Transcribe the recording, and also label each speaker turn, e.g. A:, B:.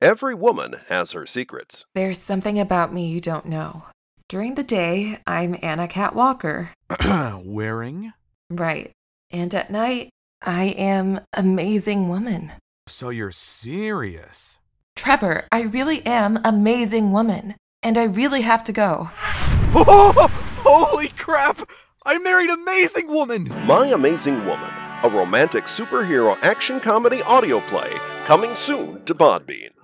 A: Every woman has her secrets.
B: There's something about me you don't know. During the day, I'm Anna Cat Walker.
C: Wearing?
B: Right. And at night, I am amazing woman.
C: So you're serious?
B: Trevor, I really am amazing woman. And I really have to go.
C: Oh, holy crap! I married Amazing Woman!
A: My Amazing Woman, a romantic superhero action comedy audio play coming soon to Podbean.